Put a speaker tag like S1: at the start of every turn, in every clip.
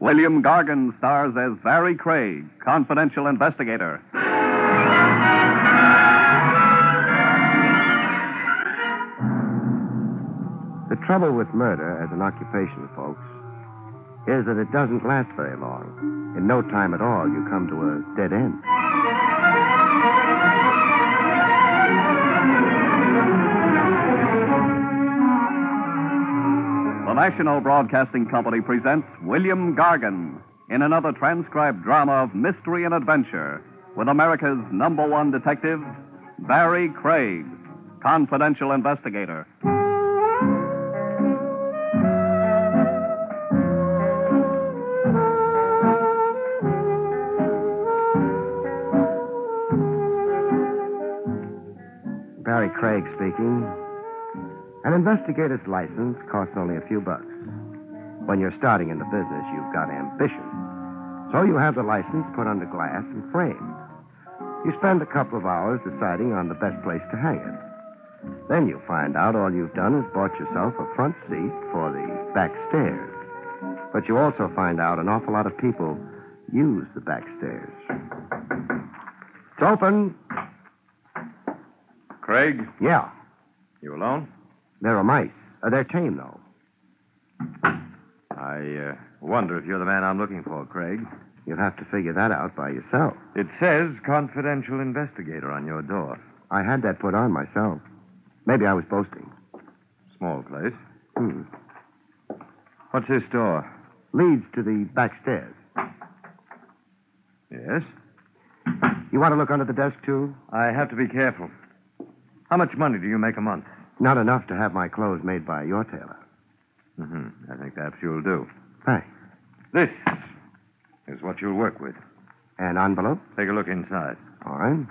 S1: William Gargan stars as Barry Craig, confidential investigator.
S2: The trouble with murder as an occupation, folks, is that it doesn't last very long. In no time at all, you come to a dead end.
S1: The National Broadcasting Company presents William Gargan in another transcribed drama of mystery and adventure with America's number one detective, Barry Craig, confidential investigator.
S2: Barry Craig speaking. An investigator's license costs only a few bucks. When you're starting in the business, you've got ambition. So you have the license put under glass and framed. You spend a couple of hours deciding on the best place to hang it. Then you find out all you've done is bought yourself a front seat for the back stairs. But you also find out an awful lot of people use the back stairs. It's open.
S3: Craig,
S2: Yeah.
S3: you alone?
S2: There are mice. Uh, they're tame, though.
S3: I uh, wonder if you're the man I'm looking for, Craig.
S2: You'll have to figure that out by yourself.
S3: It says confidential investigator on your door.
S2: I had that put on myself. Maybe I was boasting.
S3: Small place.
S2: Hmm.
S3: What's this door?
S2: Leads to the back stairs.
S3: Yes.
S2: You want to look under the desk, too?
S3: I have to be careful. How much money do you make a month?
S2: Not enough to have my clothes made by your tailor.
S3: Mm-hmm. I think perhaps you'll do.
S2: Thanks.
S3: This is what you'll work with.
S2: An envelope?
S3: Take a look inside.
S2: All right.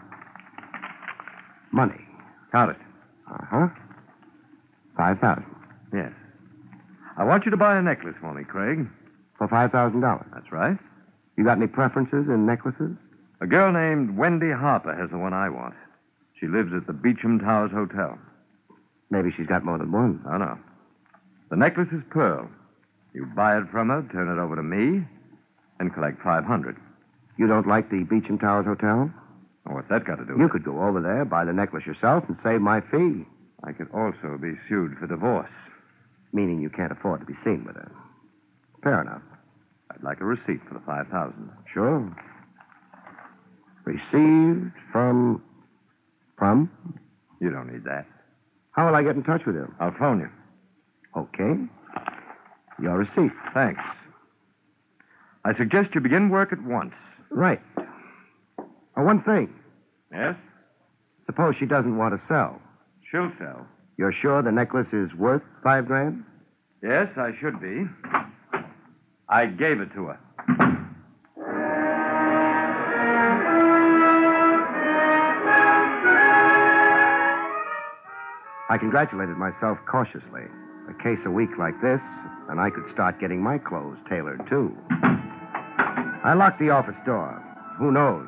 S2: Money.
S3: Count it.
S2: Uh huh. 5000
S3: Yes. I want you to buy a necklace for me, Craig.
S2: For $5,000.
S3: That's right.
S2: You got any preferences in necklaces?
S3: A girl named Wendy Harper has the one I want. She lives at the Beecham Towers Hotel.
S2: Maybe she's got more than one.
S3: No, no. The necklace is pearl. You buy it from her, turn it over to me, and collect 500.
S2: You don't like the Beecham Towers Hotel?
S3: Oh, what's that got to do
S2: You
S3: with it?
S2: could go over there, buy the necklace yourself, and save my fee.
S3: I could also be sued for divorce.
S2: Meaning you can't afford to be seen with her. Fair enough.
S3: I'd like a receipt for the 5,000.
S2: Sure. Received from. From?
S3: You don't need that.
S2: How will I get in touch with him?
S3: I'll phone you.
S2: Okay. Your receipt.
S3: Thanks. I suggest you begin work at once.
S2: Right. Oh, one thing.
S3: Yes?
S2: Suppose she doesn't want to sell.
S3: She'll sell.
S2: You're sure the necklace is worth five grand?
S3: Yes, I should be. I gave it to her.
S2: I congratulated myself cautiously. A case a week like this, and I could start getting my clothes tailored, too. I locked the office door. Who knows?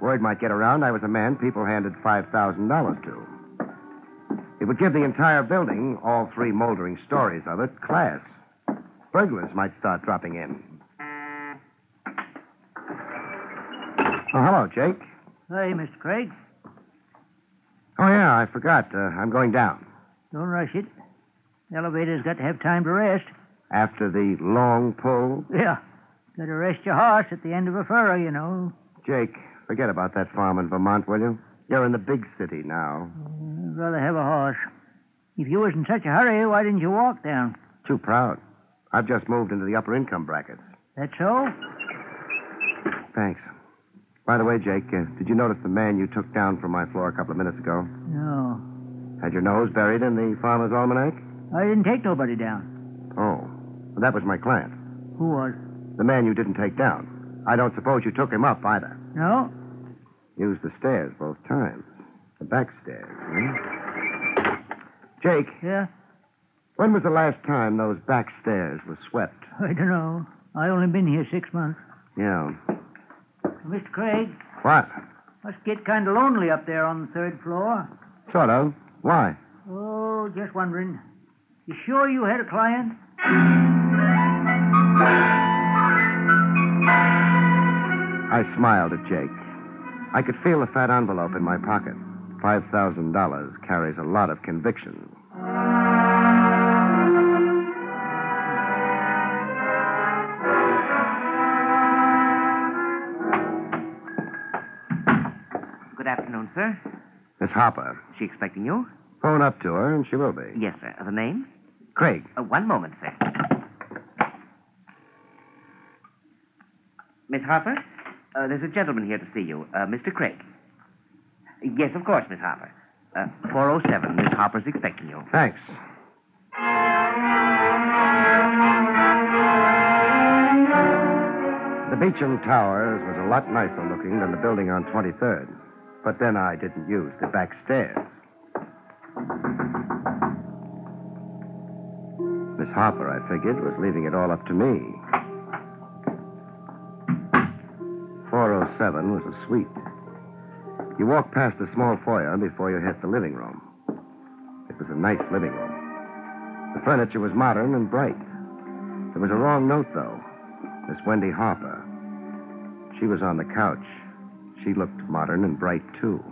S2: Word might get around I was a man people handed $5,000 to. It would give the entire building, all three moldering stories of it, class. Burglars might start dropping in. Oh, hello, Jake.
S4: Hey, Mr. Craig.
S2: Oh, yeah, I forgot. Uh, I'm going down.
S4: Don't rush it. The elevator's got to have time to rest.
S2: After the long pull,
S4: Yeah. Got to rest your horse at the end of a furrow, you know.
S2: Jake, forget about that farm in Vermont, will you? You're in the big city now.
S4: I'd rather have a horse. If you was in such a hurry, why didn't you walk down?
S2: Too proud. I've just moved into the upper income brackets.
S4: That so?
S2: Thanks. By the way, Jake, uh, did you notice the man you took down from my floor a couple of minutes ago?
S4: No.
S2: Had your nose buried in the farmer's almanac?
S4: I didn't take nobody down.
S2: Oh, well, that was my client.
S4: Who was?
S2: The man you didn't take down. I don't suppose you took him up either.
S4: No?
S2: Used the stairs both times. The back stairs. hmm? Jake,
S4: Yeah?
S2: when was the last time those back stairs were swept?
S4: I don't know. I only been here six months.
S2: Yeah.
S4: Mr. Craig,
S2: What?
S4: must get kind of lonely up there on the third floor.
S2: Sort of. Why?
S4: Oh, just wondering. You sure you had a client?
S2: I smiled at Jake. I could feel the fat envelope in my pocket. $5,000 carries a lot of conviction.
S5: Good afternoon, sir.
S2: Miss Hopper,
S5: Is she expecting you?
S2: phone up to her and she will be.
S5: Yes, sir. The name?
S2: Craig,
S5: Uh, one moment, sir. Miss Harper, uh, there's a gentleman here to see you, uh, Mr. Craig. Yes, of course, Miss Harper. Uh, 407, Miss Harper's expecting you.
S2: thanks. The Beecham Towers was a lot nicer looking than the building on 23rd. But then I didn't use the back stairs. Miss Harper, I figured, was leaving it all up to me. 407 was a suite. You walked past the small foyer before you hit the living room. It was a nice living room. The furniture was modern and bright. There was a wrong note, though. Miss Wendy Harper. She was on the couch. She looked modern and bright, too.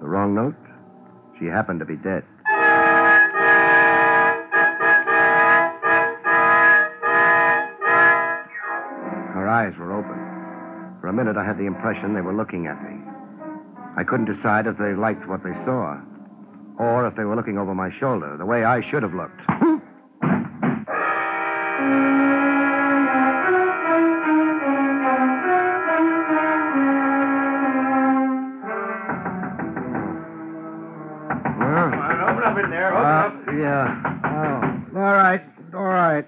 S2: The wrong note? She happened to be dead. Her eyes were open. For a minute, I had the impression they were looking at me. I couldn't decide if they liked what they saw or if they were looking over my shoulder, the way I should have looked. Well,
S3: open up in there.
S2: uh, yeah. Oh, all right, all right.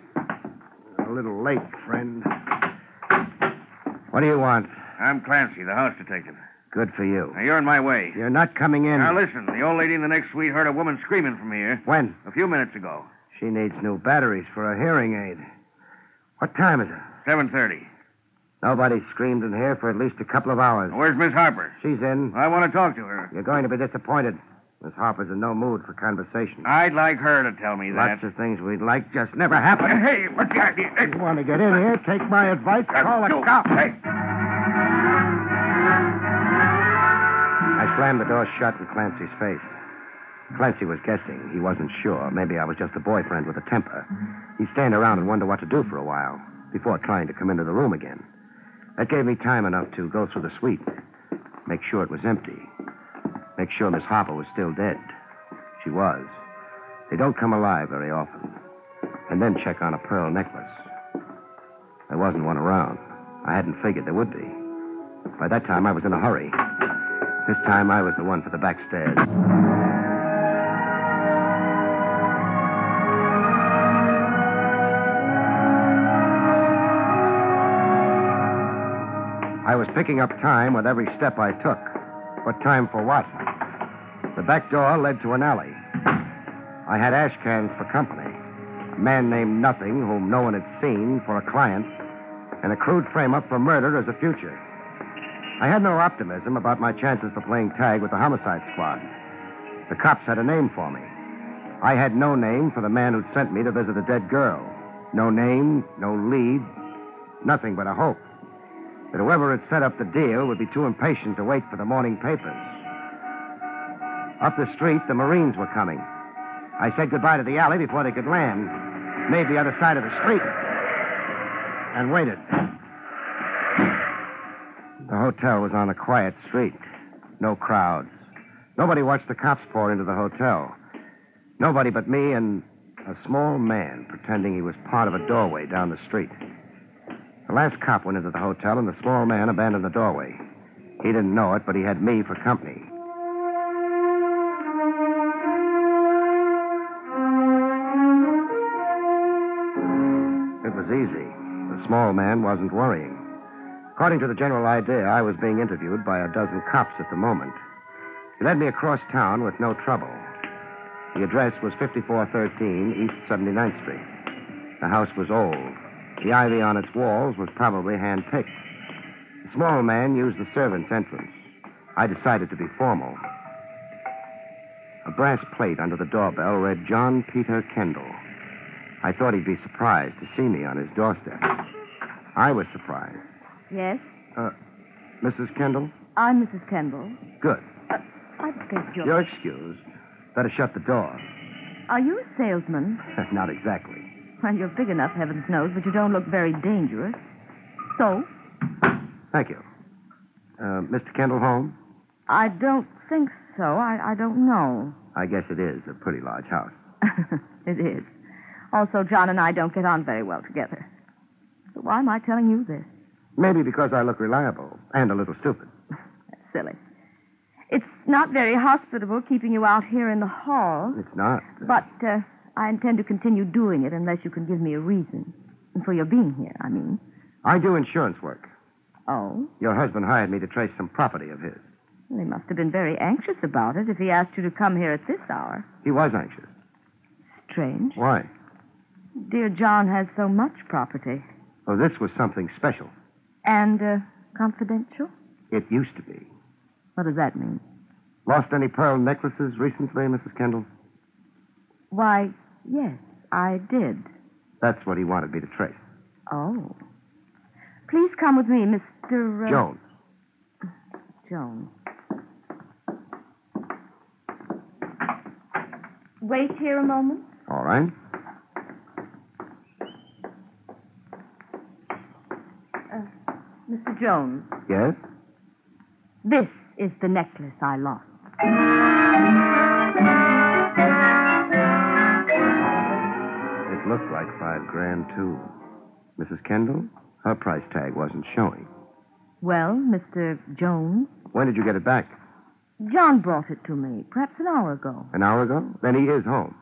S2: A little late, friend. What do you want?
S3: Uh, I'm Clancy, the house detective.
S2: Good for you.
S3: Now, you're in my way.
S2: You're not coming in.
S3: Now, listen. The old lady in the next suite heard a woman screaming from here
S2: When?
S3: a few minutes ago.
S2: She needs new batteries for her hearing aid. What time is it?
S3: 7.30.
S2: Nobody screamed in here for at least a couple of hours.
S3: Now, where's Miss Harper?
S2: She's in.
S3: I want to talk to her.
S2: You're going to be disappointed. Miss Harper's in no mood for conversation.
S3: I'd like her to tell me that.
S2: Lots of things we'd like just never happen.
S3: Hey, what's the idea?
S2: If you want to get in here, take my advice, call a cop.
S3: Hey.
S2: I slammed the door shut in Clancy's face. Clancy was guessing. He wasn't sure. Maybe I was just a boyfriend with a temper. He'd stand around and wonder what to do for a while before trying to come into the room again. That gave me time enough to go through the suite, make sure it was empty, make sure Miss Harper was still dead. She was. They don't come alive very often. And then check on a pearl necklace. There wasn't one around. I hadn't figured there would be. By that time, I was in a hurry. This time I was the one for the back stairs. I was picking up time with every step I took. But time for what? The back door led to an alley. I had ash cans for company, a man named Nothing, whom no one had seen, for a client, and a crude frame up for murder as a future. I had no optimism about my chances for playing tag with the homicide squad. The cops had a name for me. I had no name for the man who'd sent me to visit a dead girl. No name, no lead, nothing but a hope that whoever had set up the deal would be too impatient to wait for the morning papers. Up the street, the Marines were coming. I said goodbye to the alley before they could land, made the other side of the street, and waited. The hotel was on a quiet street. No crowds. Nobody watched the cops pour into the hotel. Nobody but me and a small man pretending he was part of a doorway down the street. The last cop went into the hotel, and the small man abandoned the doorway. He didn't know it, but he had me for company. It was easy. The small man wasn't worrying. According to the general idea, I was being interviewed by a dozen cops at the moment. He led me across town with no trouble. The address was 5413 East 79th Street. The house was old. The ivy on its walls was probably hand-picked. The small man used the servants' entrance. I decided to be formal. A brass plate under the doorbell read John Peter Kendall. I thought he'd be surprised to see me on his doorstep. I was surprised.
S6: Yes?
S2: Uh, Mrs. Kendall?
S6: I'm Mrs. Kendall. Uh,
S2: Good.
S6: I beg your...
S2: You're excused. Better shut the door.
S6: Are you a salesman?
S2: Not exactly.
S6: Well, you're big enough, heavens knows, but you don't look very dangerous. So,
S2: Thank you. Uh, Mr. Kendall home?
S6: I don't think so. I, I don't know.
S2: I guess it is a pretty large house.
S6: it is. Also, John and I don't get on very well together. So why am I telling you this?
S2: Maybe because I look reliable and a little stupid.
S6: That's silly. It's not very hospitable keeping you out here in the hall,
S2: It's not.
S6: but uh, I intend to continue doing it unless you can give me a reason. For your being here, I mean.
S2: I do insurance work.
S6: Oh,
S2: Your husband hired me to trace some property of his.
S6: well, he must have been very anxious about it if he asked you to come here at this hour.
S2: He was anxious.
S6: Strange.
S2: Why?
S6: Dear John has so much property.
S2: Oh, this was something special.
S6: And uh, confidential?
S2: It used to be.
S6: What does that mean?
S2: Lost any pearl necklaces recently, Mrs. Kendall?
S6: Why, yes, I did.
S2: That's what he wanted me to trace.
S6: Oh. Please come with me, Mr. Uh,
S2: Jones.
S6: Jones. Wait here a moment.
S2: All right.
S6: Mr. Jones,
S2: Yes?
S6: this is the necklace I lost.
S2: It looked like five grand, too. Mrs. Kendall, her price tag wasn't showing.
S6: Well, Mr. Jones,
S2: When did you get it back?
S6: John brought it to me, perhaps an hour ago.
S2: An hour ago? Then he is home.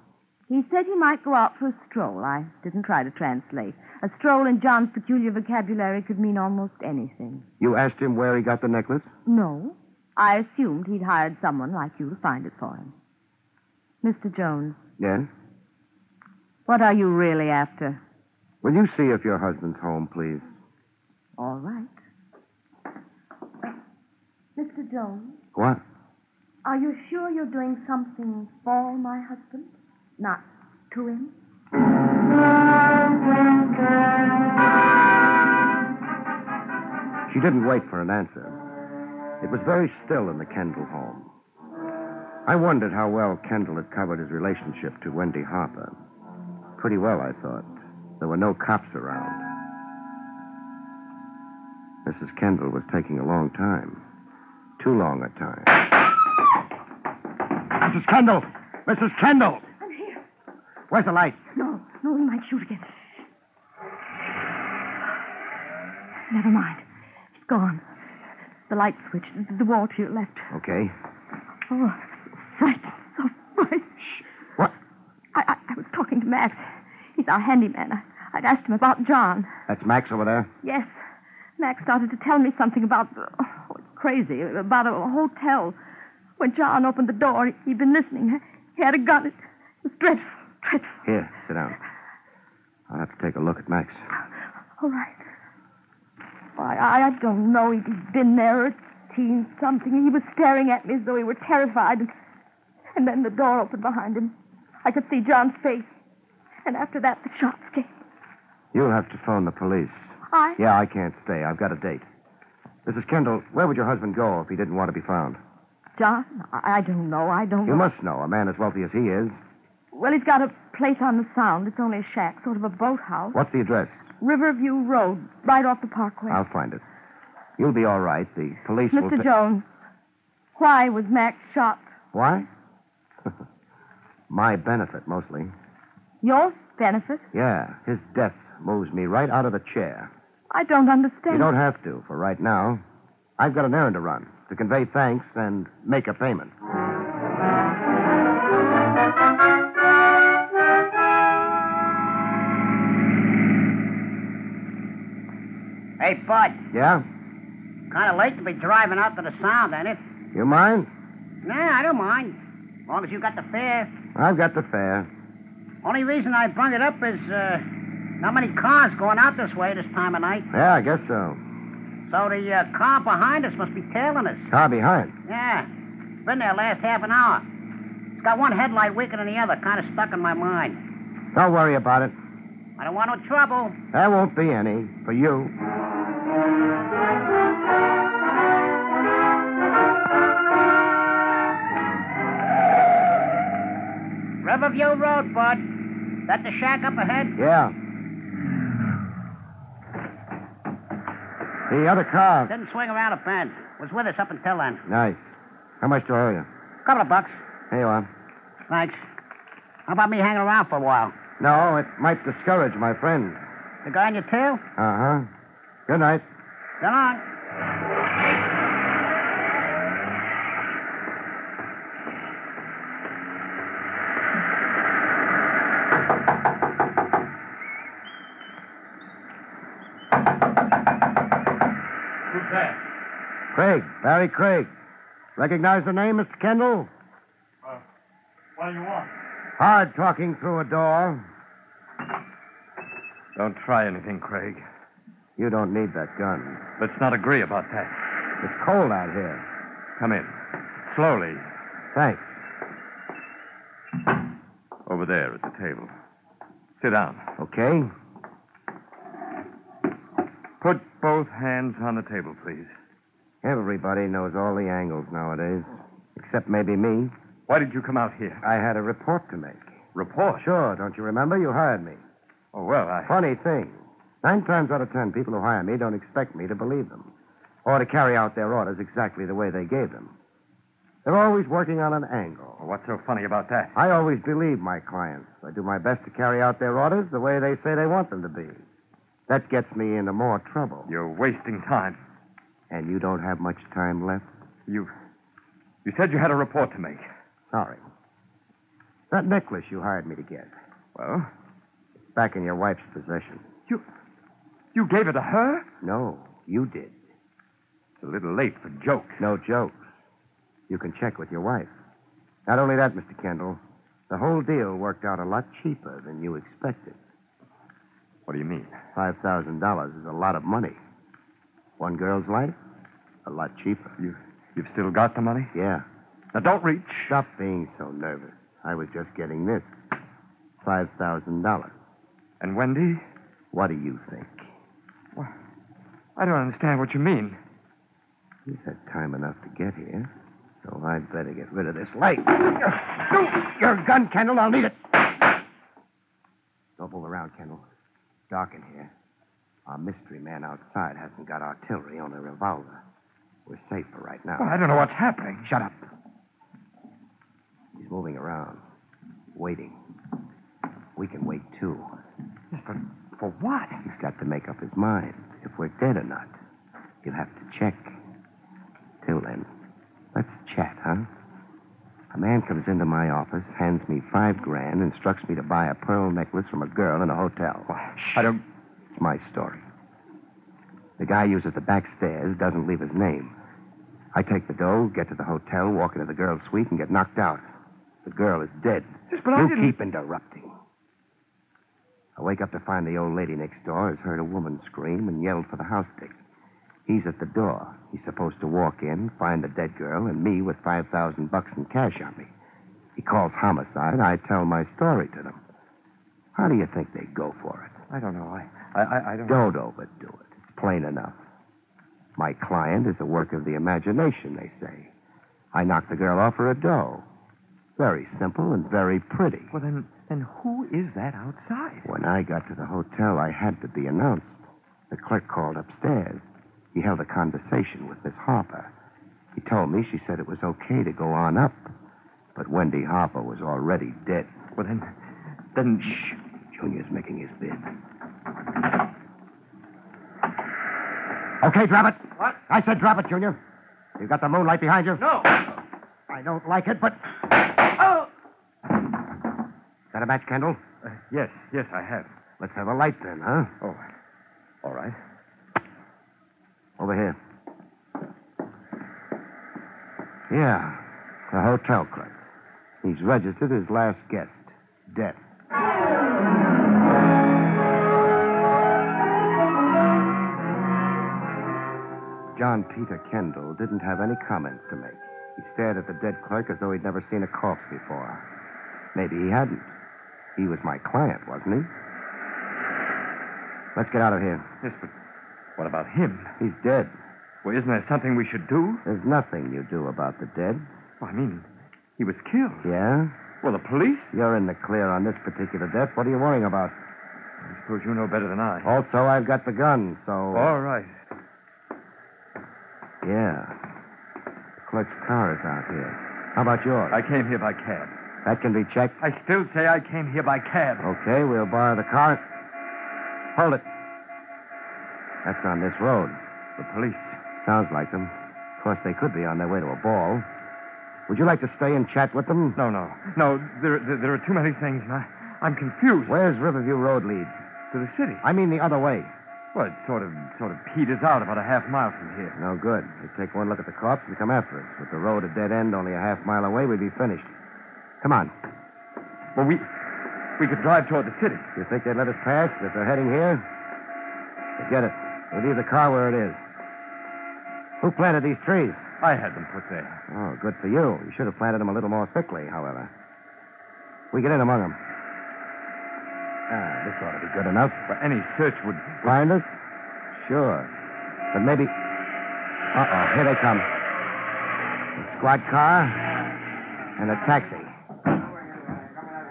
S6: He said he might go out for a stroll. I didn't try to translate. A stroll in John's peculiar vocabulary could mean almost anything.
S2: You asked him where he got the necklace?
S6: No. I assumed he'd hired someone like you to find it for him. Mr. Jones,
S2: Yes?
S6: what are you really after?
S2: Will you see if your husband's home, please?
S6: All right. Mr. Jones,
S2: What?
S6: are you sure you're doing something for my husband? Not to him?
S2: She didn't wait for an answer. It was very still in the Kendall home. I wondered how well Kendall had covered his relationship to Wendy Harper. Pretty well, I thought. There were no cops around. Mrs. Kendall was taking a long time. Too long a time. Mrs. Kendall! Mrs. Kendall!
S6: I'm here.
S2: Where's the light?
S6: No, no, we might shoot again. Never mind. It's gone. The light switch, the wall to your left.
S2: Okay.
S6: Oh, fright, so fright.
S2: What?
S6: I, I, I was talking to Max. He's our handyman. I, I'd asked him about John.
S2: That's Max over there.
S6: Yes, Max started to tell me something about, oh, it's crazy, about a hotel. When John opened the door, he'd been listening. He had a gun. It was dreadful, dreadful.
S2: Here, sit down. I'll have to take a look at Max.
S6: All right. Why, I, I don't know. He'd he'd been there at teen something. He was staring at me as though he were terrified. And, and then the door opened behind him. I could see John's face. And after that, the shots came.
S2: You'll have to phone the police.
S6: I.
S2: Yeah, I can't stay. I've got a date. Mrs. Kendall, where would your husband go if he didn't want to be found?
S6: John? I, I don't know. I don't
S2: You
S6: know.
S2: must know. A man as wealthy as he is.
S6: Well, he's got a place on the sound. It's only a shack, sort of a boathouse.
S2: What's the address?
S6: Riverview Road, right off the parkway.
S2: I'll find it. You'll be all right. The police will.
S6: Mr.
S2: ta-
S6: Jones, why was Max shot?
S2: Why? My benefit, mostly.
S6: Your benefit?
S2: Yeah, his death moves me right out of the chair.
S6: I don't understand.
S2: You don't have to for right now. I've got an errand to run to convey thanks and make a payment.
S4: Hey, Bud,
S2: Yeah?
S4: kind of late to be driving out to the sound, ain't it?
S2: You mind?
S4: Nah, I don't mind. As long as you got the fare.
S2: I've got the fare.
S4: Only reason I brung it up is, uh, not many cars going out this way this time of night.
S2: Yeah, I guess so.
S4: So the uh, car behind us must be tailing us.
S2: Car behind.
S4: Yeah. Been there last half an hour. It's got one headlight weaker than the other, kind of stuck in my mind.
S2: Don't worry about it.
S4: I don't want no trouble.
S2: There won't be any for you.
S4: Riverview Road, Bud. That the shack up ahead?
S2: Yeah. The other car.
S4: Didn't swing around a fence. Was with us up until then.
S2: Nice. How much do I owe you?
S4: Couple of bucks.
S2: Here you are.
S4: Thanks. How about me hanging around for a while?
S2: No, it might discourage my friend.
S4: The guy in your tail?
S2: Uh huh. Good night.
S4: So long.
S2: Craig, Barry Craig. Recognize the name, Mr. Kendall?
S7: Uh, What do you want?
S2: Hard talking through a door.
S3: Don't try anything, Craig.
S2: You don't need that gun.
S3: Let's not agree about that.
S2: It's cold out here.
S3: Come in. Slowly.
S2: Thanks.
S3: Over there at the table. Sit down.
S2: Okay.
S3: Put both hands on the table, please.
S2: Everybody knows all the angles nowadays, except maybe me.
S3: Why did you come out here?
S2: I had a report to make.
S3: Report.
S2: Sure, don't you remember? You hired me.
S3: Oh, well, I.
S2: Funny thing. Nine times out of ten, people who hire me don't expect me to believe them or to carry out their orders exactly the way they gave them. They're always working on an angle.
S3: What's so funny about that?
S2: I always believe my clients. I do my best to carry out their orders the way they say they want them to be. That gets me into more trouble.
S3: You're wasting time.
S2: And you don't have much time left?
S3: You. You said you had a report to make.
S2: Sorry. That necklace you hired me to get,
S3: Well,
S2: back in your wife's possession.
S3: you gave it to her?
S2: No, you did.
S3: It's a little late for jokes.
S2: No jokes. You can check with your wife. Not only that, Mr. Kendall, the whole deal worked out a lot cheaper than you expected.
S3: What do you mean?
S2: $5,000 is a lot of money. One girl's life, a lot cheaper.
S3: You, you've still got the money?
S2: Yeah.
S3: Now, don't reach.
S2: Stop being so nervous. I was just getting this $5,000.
S3: And Wendy?
S2: What do you think?
S3: I don't understand what you mean.
S2: He's had time enough to get here, so I'd better get rid of this light. Your gun, Kendall. I'll need it. Don't move around, Kendall. It's dark in here. Our mystery man outside hasn't got artillery on a revolver. We're safe for right now.
S3: Well, Oh, I don't know what's happening. Shut up.
S2: He's moving around, waiting. We can wait, too.
S3: For what?
S2: He's got to make up his mind if we're dead or not. He'll have to check. Till then, let's chat, huh? A man comes into my office, hands me five grand, instructs me to buy a pearl necklace from a girl in a hotel.
S3: I don't.
S2: It's my story. The guy uses the back stairs, doesn't leave his name. I take the dough, get to the hotel, walk into the girl's suite, and get knocked out. The girl is dead.
S3: Yes, but I
S2: you
S3: didn't-
S2: keep interrupting. I wake up to find the old lady next door has heard a woman scream and yelled for the house dick. He's at the door. He's supposed to walk in, find the dead girl, and me with five thousand bucks in cash on me. He calls homicide. I tell my story to them. How do you think they go for it?
S3: I don't know. I, I, I, I don't.
S2: Don't overdo it. It's plain enough. My client is a work of the imagination, they say. I knocked the girl off her a dough. Very simple and very pretty.
S3: Well, then, then who is that outside?
S2: When I got to the hotel, I had to be announced. The clerk called upstairs. He held a conversation with Miss Harper. He told me she said it was okay to go on up, but Wendy Harper was already dead.
S3: Well, then, then shh.
S2: Junior's making his bid. Okay, drop it. What? I said drop it, Junior. You got the moonlight behind you? No. I don't like it, but. Oh! Got a match, Kendall?
S3: Uh, yes, yes, I have.
S2: Let's have a light then, huh?
S3: Oh, all right.
S2: Over here. Yeah, the hotel clerk. He's registered his last guest. Death. John Peter Kendall didn't have any comments to make. He stared at the dead clerk as though he'd never seen a corpse before. Maybe he hadn't. He was my client, wasn't he? Let's get out of here.
S3: Yes, but what about him?
S2: He's dead.
S3: Well, isn't there something we should do?
S2: There's nothing you do about the dead.
S3: Well, I mean, he was killed.
S2: Yeah?
S3: Well, the police?
S2: You're in the clear on this particular death. What are you worrying about?
S3: I suppose you know better than I.
S2: Also, I've got the gun, so.
S3: All right.
S2: Yeah. Clerk's car is out here. How about yours?
S3: I came here by cab.
S2: That can be checked.
S3: I still say I came here by cab.
S2: Okay, we'll borrow the car. Hold it. That's on this road.
S3: The police.
S2: Sounds like them. Of course, they could be on their way to a ball. Would you like to stay and chat with them?
S3: No, no. No, there, there, there are too many things, and I, I'm confused.
S2: Where's Riverview Road leads?
S3: To the city.
S2: I mean the other way.
S3: Well, it sort of, sort of peters out about a half mile from here.
S2: No good. They take one look at the corpse and come after us. With the road a dead end only a half mile away, we'd be finished. Come on.
S3: Well, we, we could drive toward the city.
S2: You think they'd let us pass if they're heading here? Forget it. We'll leave the car where it is. Who planted these trees?
S3: I had them put there.
S2: Oh, good for you. You should have planted them a little more thickly, however. We get in among them. Ah, this ought to be good enough.
S3: But any search would.
S2: Find us? Sure. But maybe. Uh oh, here they come. A squad car and a taxi.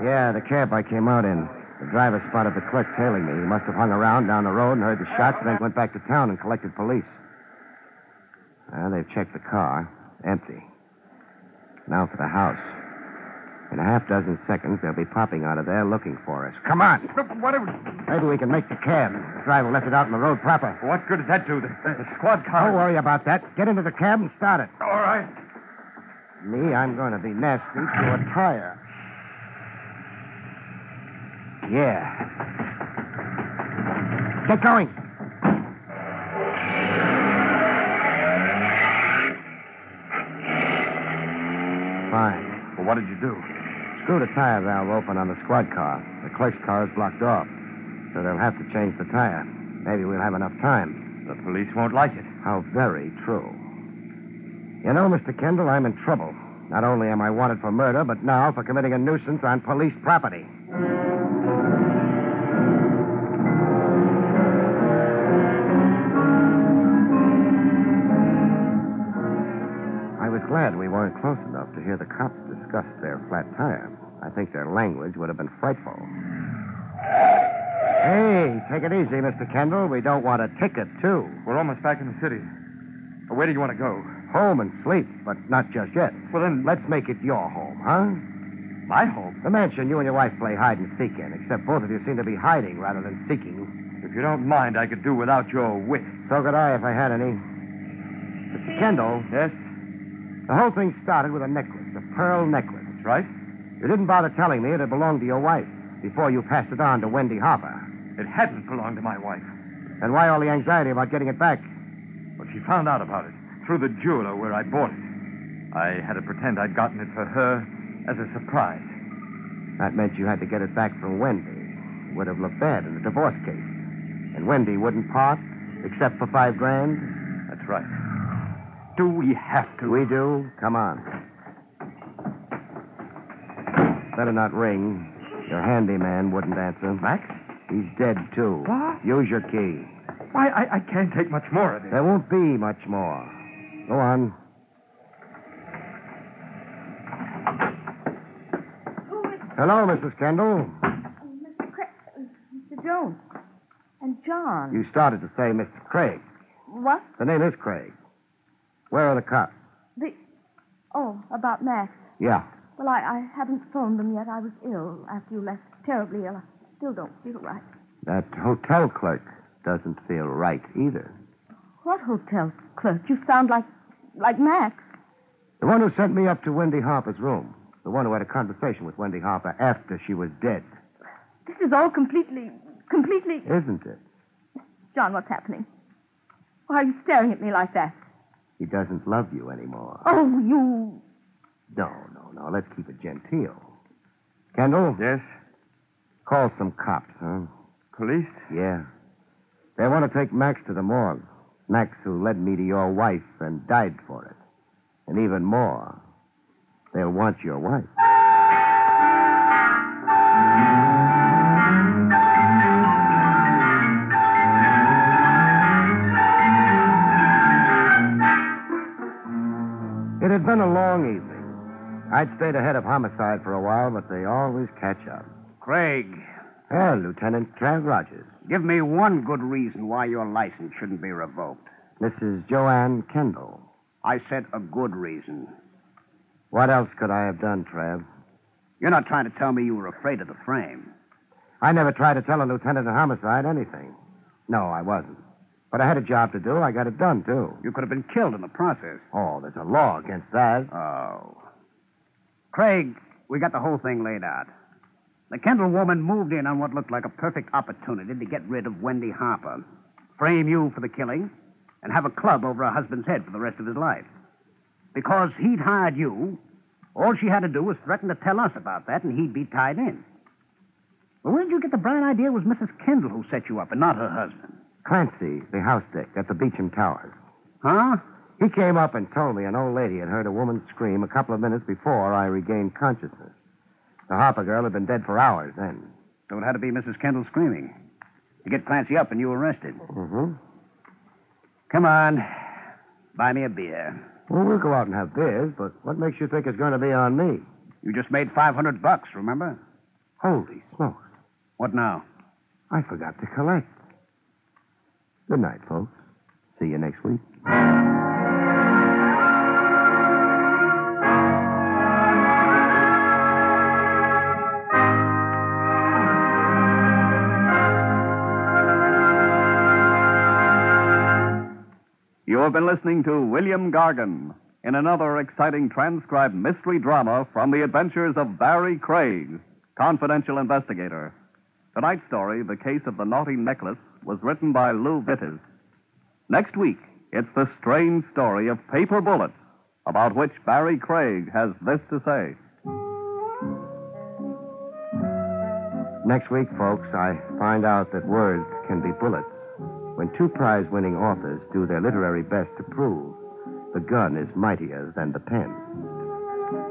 S2: Yeah, the cab I came out in. The driver spotted the clerk tailing me. He must have hung around down the road and heard the shots, then went back to town and collected police. Well, they've checked the car. Empty. Now for the house. In a half dozen seconds, they'll be popping out of there looking for us. Come on!
S3: What,
S2: Maybe we can make the cab. The driver left it out on the road proper.
S3: what good did that do? The, the squad car.
S2: Don't worry about that. Get into the cab and start it.
S3: Oh, All right.
S2: Me, I'm going to be nasty to a tire. Yeah. Get going. Fine.
S3: Well, what did you do?
S2: Screw the tire valve open on the squad car. The clerk's car is blocked off, so they'll have to change the tire. Maybe we'll have enough time.
S3: The police won't like it.
S2: How very true. You know, Mr. Kendall, I'm in trouble. Not only am I wanted for murder, but now for committing a nuisance on police property. I was glad we weren't close enough to hear the cops discuss their flat tire. I think their language would have been frightful. Hey, take it easy, Mr. Kendall. We don't want a ticket, too.
S3: We're almost back in the city. Where do you want to go?
S2: Home and sleep, but not just yet.
S3: Well, then,
S2: Let's make it your home, huh?
S3: my home.
S2: The mansion you and your wife play hide and seek in, except both of you seem to be hiding rather than seeking.
S3: If you don't mind, I could do without your wit.
S2: So could I if I had any. Mr. Kendall,
S3: Yes,
S2: the whole thing started with a necklace, a pearl necklace.
S3: that's right.
S2: You didn't bother telling me it had belonged to your wife before you passed it on to Wendy Harper.
S3: It hadn't belonged to my wife.
S2: Then why all the anxiety about getting it back?
S3: But she found out about it through the jeweler where I bought it. I had to pretend I'd gotten it for her as a surprise.
S2: That meant you had to get it back from Wendy. It would have looked bad in a divorce case. And Wendy wouldn't part, except for five grand.
S3: That's right. Do we have to?
S2: We do. Come on. Better not ring. Your handyman wouldn't answer. Max? He's dead, too.
S3: What?
S2: Use your key.
S3: Why, I, I can't take much more of it.
S2: There won't be much more. Go on.
S6: Who is
S2: Hello, Mrs. Kendall.
S6: oh, Mr. Craig? Mr. Jones. And John.
S2: You started to say Mr. Craig.
S6: What?
S2: The name is Craig. Where are the cops?
S6: The. Oh, about Max.
S2: Yeah.
S6: Well, I, I haven't phoned them yet. I was ill after you left. Terribly ill. I still don't feel right.
S2: That hotel clerk doesn't feel right either.
S6: What hotel clerk? You sound like. like Max.
S2: The one who sent me up to Wendy Harper's room. The one who had a conversation with Wendy Harper after she was dead.
S6: This is all completely. completely.
S2: Isn't it?
S6: John, what's happening? Why are you staring at me like that?
S2: He doesn't love you anymore.
S6: Oh, you.
S2: No, no, no. Let's keep it genteel. Kendall?
S3: Yes,
S2: Call some cops, huh?
S3: police?
S2: Yeah. They want to take Max to the morgue. Max, who led me to your wife and died for it. And even more, they'll want your wife. It had been a long evening. I'd stayed ahead of homicide for a while, but they always catch up.
S5: Craig,
S2: Well, Lieutenant Trav Rogers,
S5: give me one good reason why your license shouldn't be revoked.
S2: Mrs. Joanne Kendall.
S5: I said a good reason.
S2: What else could I have done, Trav?
S5: You're not trying to tell me you were afraid of the frame.
S2: I never tried to tell a lieutenant in homicide anything. No, I wasn't. But I had a job to do. I got it done, too.
S5: You could have been killed in the process.
S2: Oh, there's a law against that.
S5: Oh. Craig, we got the whole thing laid out. The Kendall woman moved in on what looked like a perfect opportunity to get rid of Wendy Harper, frame you for the killing, and have a club over her husband's head for the rest of his life. Because he'd hired you, all she had to do was threaten to tell us about that, and he'd be tied in. Well, where did you get the bright idea it was Mrs. Kendall who set you up and not her husband?
S2: Clancy, the house dick at the Beecham Towers.
S5: Huh?
S2: He came up and told me an old lady had heard a woman scream a couple of minutes before I regained consciousness. The Harper girl had been dead for hours then.
S5: So it had to be Mrs. Kendall screaming. You get Clancy up and you arrested.
S2: Mm-hmm.
S5: Come on. Buy me a beer.
S2: Well, we'll go out and have beers, but what makes you think it's going to be on me?
S5: You just made 500 bucks, remember?
S2: Holy smokes,
S5: What now?
S2: I forgot to collect. Good night, folks. See you next week.
S1: You have been listening to William Gargan in another exciting transcribed mystery drama from the adventures of Barry Craig, confidential investigator. Tonight's story, The Case of the Naughty Necklace, was written by Lou Vittes. Next week, it's the strange story of Paper Bullets, about which Barry Craig has this to say.
S2: Next week, folks, I find out that words can be bullets. When two prize winning authors do their literary best to prove the gun is mightier than the pen.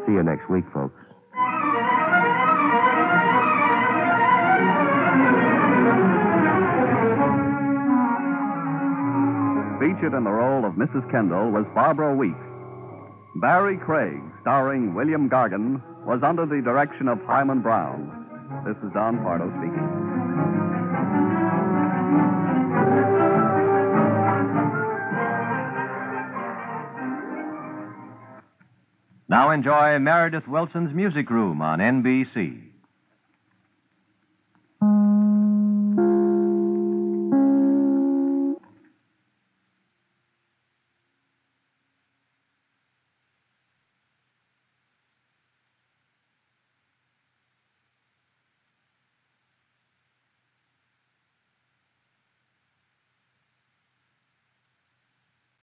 S2: See you next week, folks.
S1: Featured in the role of Mrs. Kendall was Barbara Weeks. Barry Craig, starring William Gargan, was under the direction of Hyman Brown. This is Don Pardo speaking.
S8: Now enjoy Meredith Wilson's Music Room on NBC.